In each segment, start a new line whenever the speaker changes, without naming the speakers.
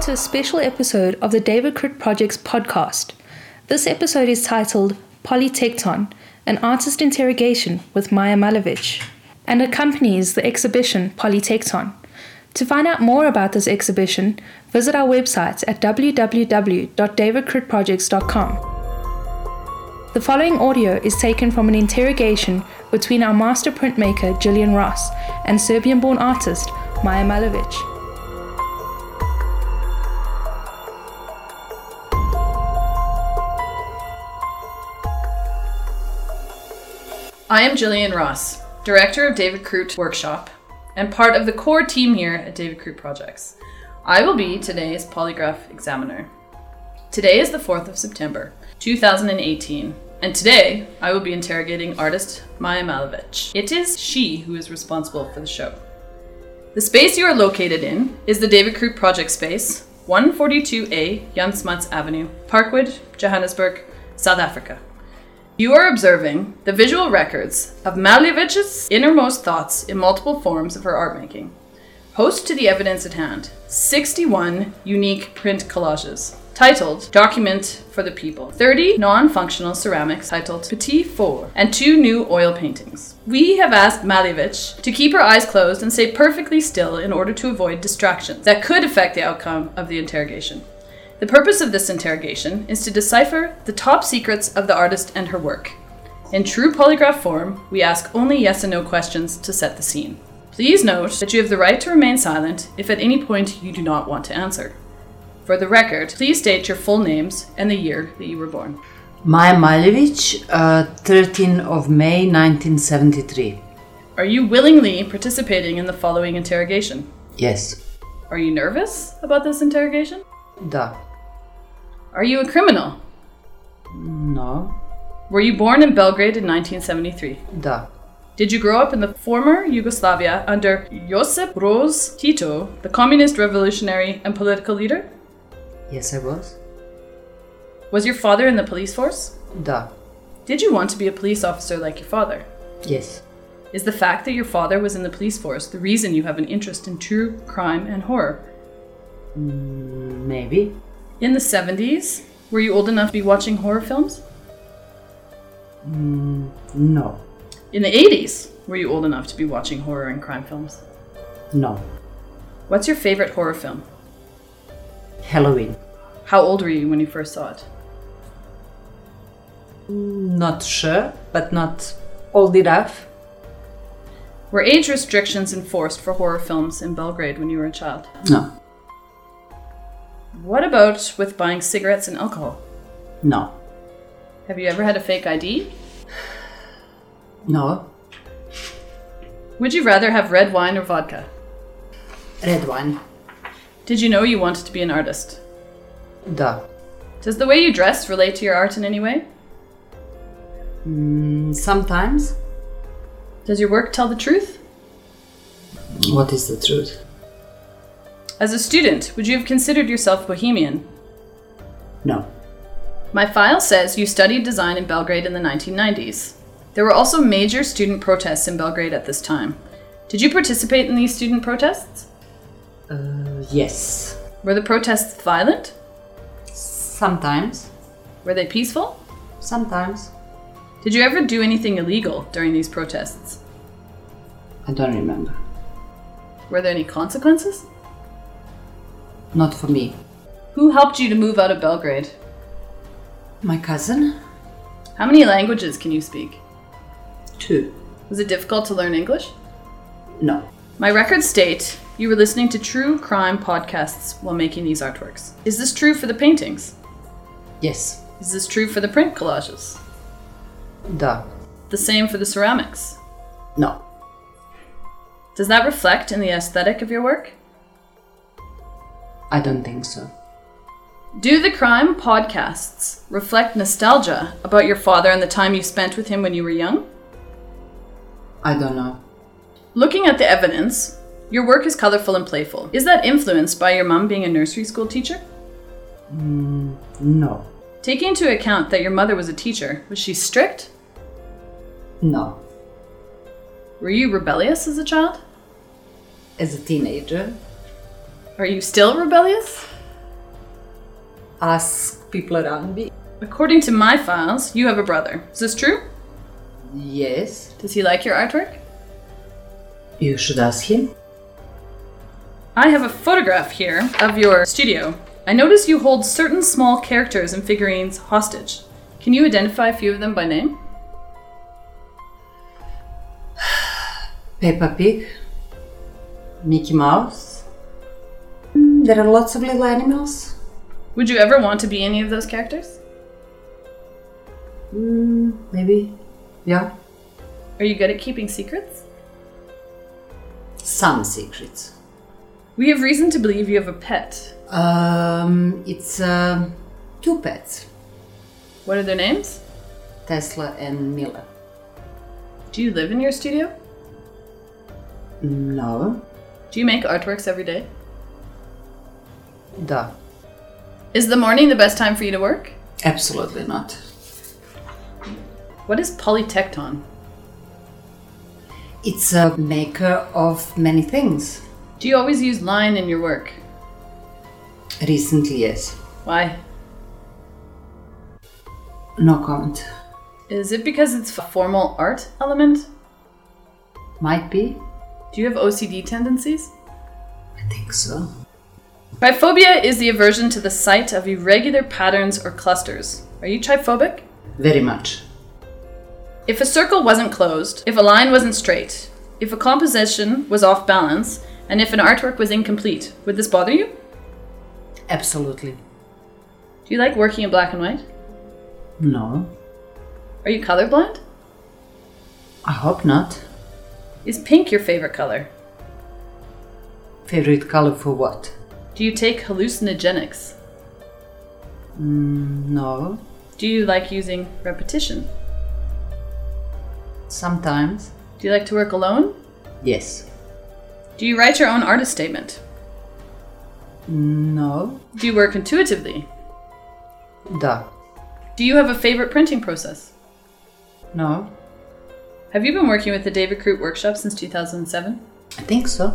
to a special episode of the David Crit Project's podcast. This episode is titled Polytecton An Artist Interrogation with Maya Malevich and accompanies the exhibition Polytecton. To find out more about this exhibition, visit our website at www.davidcritprojects.com. The following audio is taken from an interrogation between our master printmaker Gillian Ross and Serbian born artist Maya Malevich.
I am Gillian Ross, director of David Crute Workshop and part of the core team here at David Crute Projects. I will be today's polygraph examiner. Today is the 4th of September, 2018, and today I will be interrogating artist Maya Malevich. It is she who is responsible for the show. The space you are located in is the David Crute Project space, 142A Jansmats Avenue, Parkwood, Johannesburg, South Africa. You are observing the visual records of Malevich's innermost thoughts in multiple forms of her art making. Post to the evidence at hand 61 unique print collages titled Document for the People, 30 non functional ceramics titled Petit Four, and two new oil paintings. We have asked Malevich to keep her eyes closed and stay perfectly still in order to avoid distractions that could affect the outcome of the interrogation. The purpose of this interrogation is to decipher the top secrets of the artist and her work. In true polygraph form, we ask only yes and no questions to set the scene. Please note that you have the right to remain silent if at any point you do not want to answer. For the record, please state your full names and the year that you were born.
Maya Malevich, uh, 13 of May 1973.
Are you willingly participating in the following interrogation?
Yes.
Are you nervous about this interrogation?
Da.
Are you a criminal?
No.
Were you born in Belgrade in 1973?
Da.
Did you grow up in the former Yugoslavia under Josip Broz Tito, the communist revolutionary and political leader?
Yes, I was.
Was your father in the police force?
Da.
Did you want to be a police officer like your father?
Yes.
Is the fact that your father was in the police force the reason you have an interest in true crime and horror?
Mm, maybe.
In the 70s, were you old enough to be watching horror films?
Mm, no.
In the 80s, were you old enough to be watching horror and crime films?
No.
What's your favorite horror film?
Halloween.
How old were you when you first saw it?
Not sure, but not old enough.
Were age restrictions enforced for horror films in Belgrade when you were a child?
No.
What about with buying cigarettes and alcohol?
No.
Have you ever had a fake ID?
No.
Would you rather have red wine or vodka?
Red wine.
Did you know you wanted to be an artist?
Da.
Does the way you dress relate to your art in any way?
Mm, sometimes.
Does your work tell the truth?
What is the truth?
As a student, would you have considered yourself bohemian?
No.
My file says you studied design in Belgrade in the 1990s. There were also major student protests in Belgrade at this time. Did you participate in these student protests?
Uh, yes.
Were the protests violent?
Sometimes.
Were they peaceful?
Sometimes.
Did you ever do anything illegal during these protests?
I don't remember.
Were there any consequences?
Not for me.
Who helped you to move out of Belgrade?
My cousin.
How many languages can you speak?
Two.
Was it difficult to learn English?
No.
My records state you were listening to true crime podcasts while making these artworks. Is this true for the paintings?
Yes.
Is this true for the print collages?
Da.
The same for the ceramics?
No.
Does that reflect in the aesthetic of your work?
I don't think so.
Do the crime podcasts reflect nostalgia about your father and the time you spent with him when you were young?
I don't know.
Looking at the evidence, your work is colorful and playful. Is that influenced by your mom being a nursery school teacher?
Mm, no.
Taking into account that your mother was a teacher, was she strict?
No.
Were you rebellious as a child?
As a teenager?
Are you still rebellious?
ask people around me.
According to my files, you have a brother. Is this true?
Yes.
Does he like your artwork?
You should ask him.
I have a photograph here of your studio. I notice you hold certain small characters and figurines hostage. Can you identify a few of them by name?
Peppa Pig, Mickey Mouse. Mm, There are lots of little animals.
Would you ever want to be any of those characters?
Mm, maybe. Yeah.
Are you good at keeping secrets?
Some secrets.
We have reason to believe you have a pet.
Um, it's um two pets,
What are their names?
Tesla and Mila.
Do you live in your studio?
No.
Do you make artworks every day?
Da.
Is the morning the best time for you to work?
Absolutely not.
What is Polytecton?
It's a maker of many things.
Do you always use line in your work?
Recently, yes.
Why?
No comment.
Is it because it's a formal art element?
Might be.
Do you have OCD tendencies?
I think so.
Triphobia is the aversion to the sight of irregular patterns or clusters. Are you triphobic?
Very much.
If a circle wasn't closed, if a line wasn't straight, if a composition was off balance, and if an artwork was incomplete, would this bother you?
Absolutely.
Do you like working in black and white?
No.
Are you colorblind?
I hope not.
Is pink your favorite color?
Favorite color for what?
Do you take hallucinogenics?
Mm, no.
Do you like using repetition?
Sometimes.
Do you like to work alone?
Yes.
Do you write your own artist statement?
No.
Do you work intuitively?
Da.
Do you have a favorite printing process?
No.
Have you been working with the David Crute Workshop since 2007?
I think so.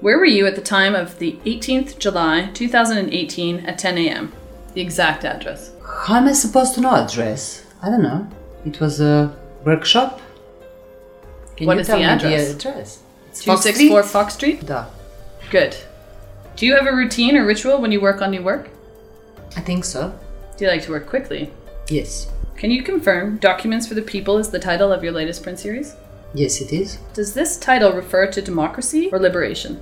Where were you at the time of the 18th July 2018 at 10 a.m.? The exact address.
How am I supposed to know address? I don't know. It was a workshop. Can
What
you
is
tell
the
me
address?
the address? It's Fox
264
Street?
Fox Street?
Da.
Good. Do you have a routine or ritual when you work on new work?
I think so.
Do you like to work quickly?
Yes.
Can you confirm Documents for the People is the title of your latest print series?
Yes, it is.
Does this title refer to democracy or liberation?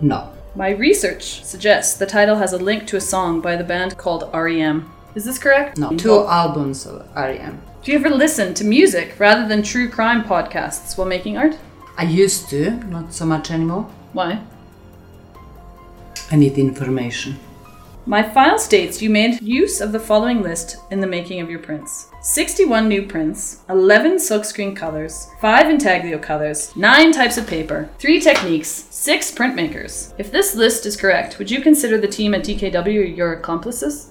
No.
My research suggests the title has a link to a song by the band called REM. Is this correct?
No. Two albums of E REM.
Do you ever listen to music rather than true crime podcasts while making art?
I used to, not so much anymore.
Why?
I need information.
My file states you made use of the following list in the making of your prints 61 new prints, 11 silkscreen colors, 5 intaglio colors, 9 types of paper, 3 techniques, 6 printmakers. If this list is correct, would you consider the team at DKW your accomplices?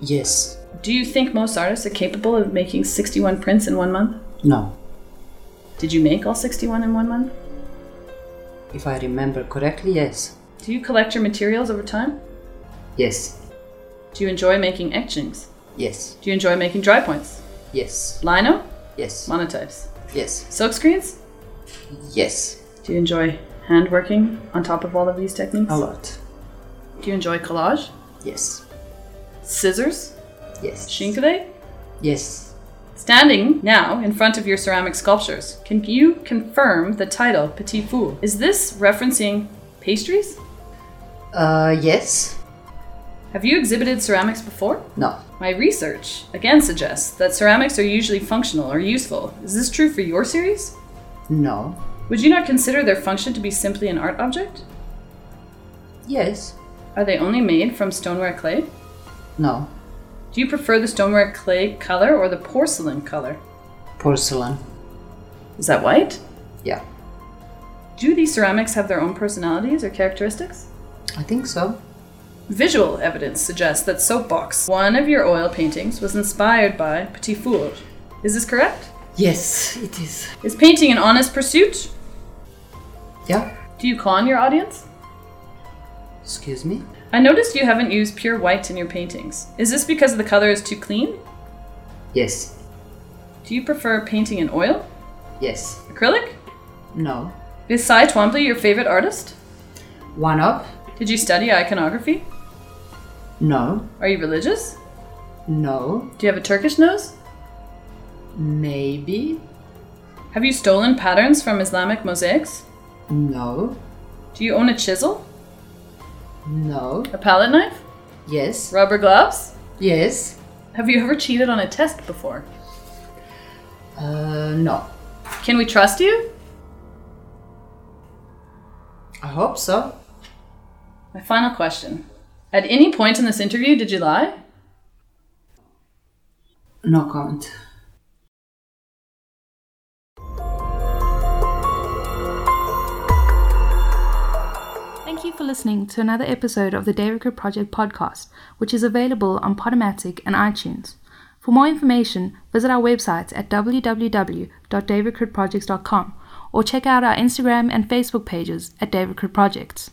Yes.
Do you think most artists are capable of making 61 prints in one month?
No.
Did you make all 61 in one month?
If I remember correctly, yes.
Do you collect your materials over time?
Yes.
Do you enjoy making etchings?
Yes.
Do you enjoy making dry points?
Yes.
Lino?
Yes.
Monotypes?
Yes.
Silk screens?
Yes.
Do you enjoy hand working on top of all of these techniques?
A lot.
Do you enjoy collage?
Yes.
Scissors?
Yes.
Shinkade?
Yes.
Standing now in front of your ceramic sculptures, can you confirm the title Petit Four? Is this referencing pastries?
Uh, yes.
Have you exhibited ceramics before?
No.
My research again suggests that ceramics are usually functional or useful. Is this true for your series?
No.
Would you not consider their function to be simply an art object?
Yes.
Are they only made from stoneware clay?
No.
Do you prefer the stoneware clay color or the porcelain color?
Porcelain.
Is that white?
Yeah.
Do these ceramics have their own personalities or characteristics?
I think so.
Visual evidence suggests that Soapbox, one of your oil paintings, was inspired by Petit Four. Is this correct?
Yes, it is.
Is painting an honest pursuit?
Yeah.
Do you con your audience?
Excuse me.
I noticed you haven't used pure white in your paintings. Is this because the color is too clean?
Yes.
Do you prefer painting in oil?
Yes.
Acrylic?
No.
Is Cy Twombly your favorite artist?
One up.
Did you study iconography?
No.
Are you religious?
No.
Do you have a Turkish nose?
Maybe.
Have you stolen patterns from Islamic mosaics?
No.
Do you own a chisel?
No.
A palette knife?
Yes.
Rubber gloves?
Yes.
Have you ever cheated on a test before?
Uh, no.
Can we trust you?
I hope so.
My final question. At any point in this interview, did you lie?
No comment.
Thank you for listening to another episode of the Davicrit Project podcast, which is available on Podomatic and iTunes. For more information, visit our website at www.davicritprojects.com or check out our Instagram and Facebook pages at Davicrit Projects.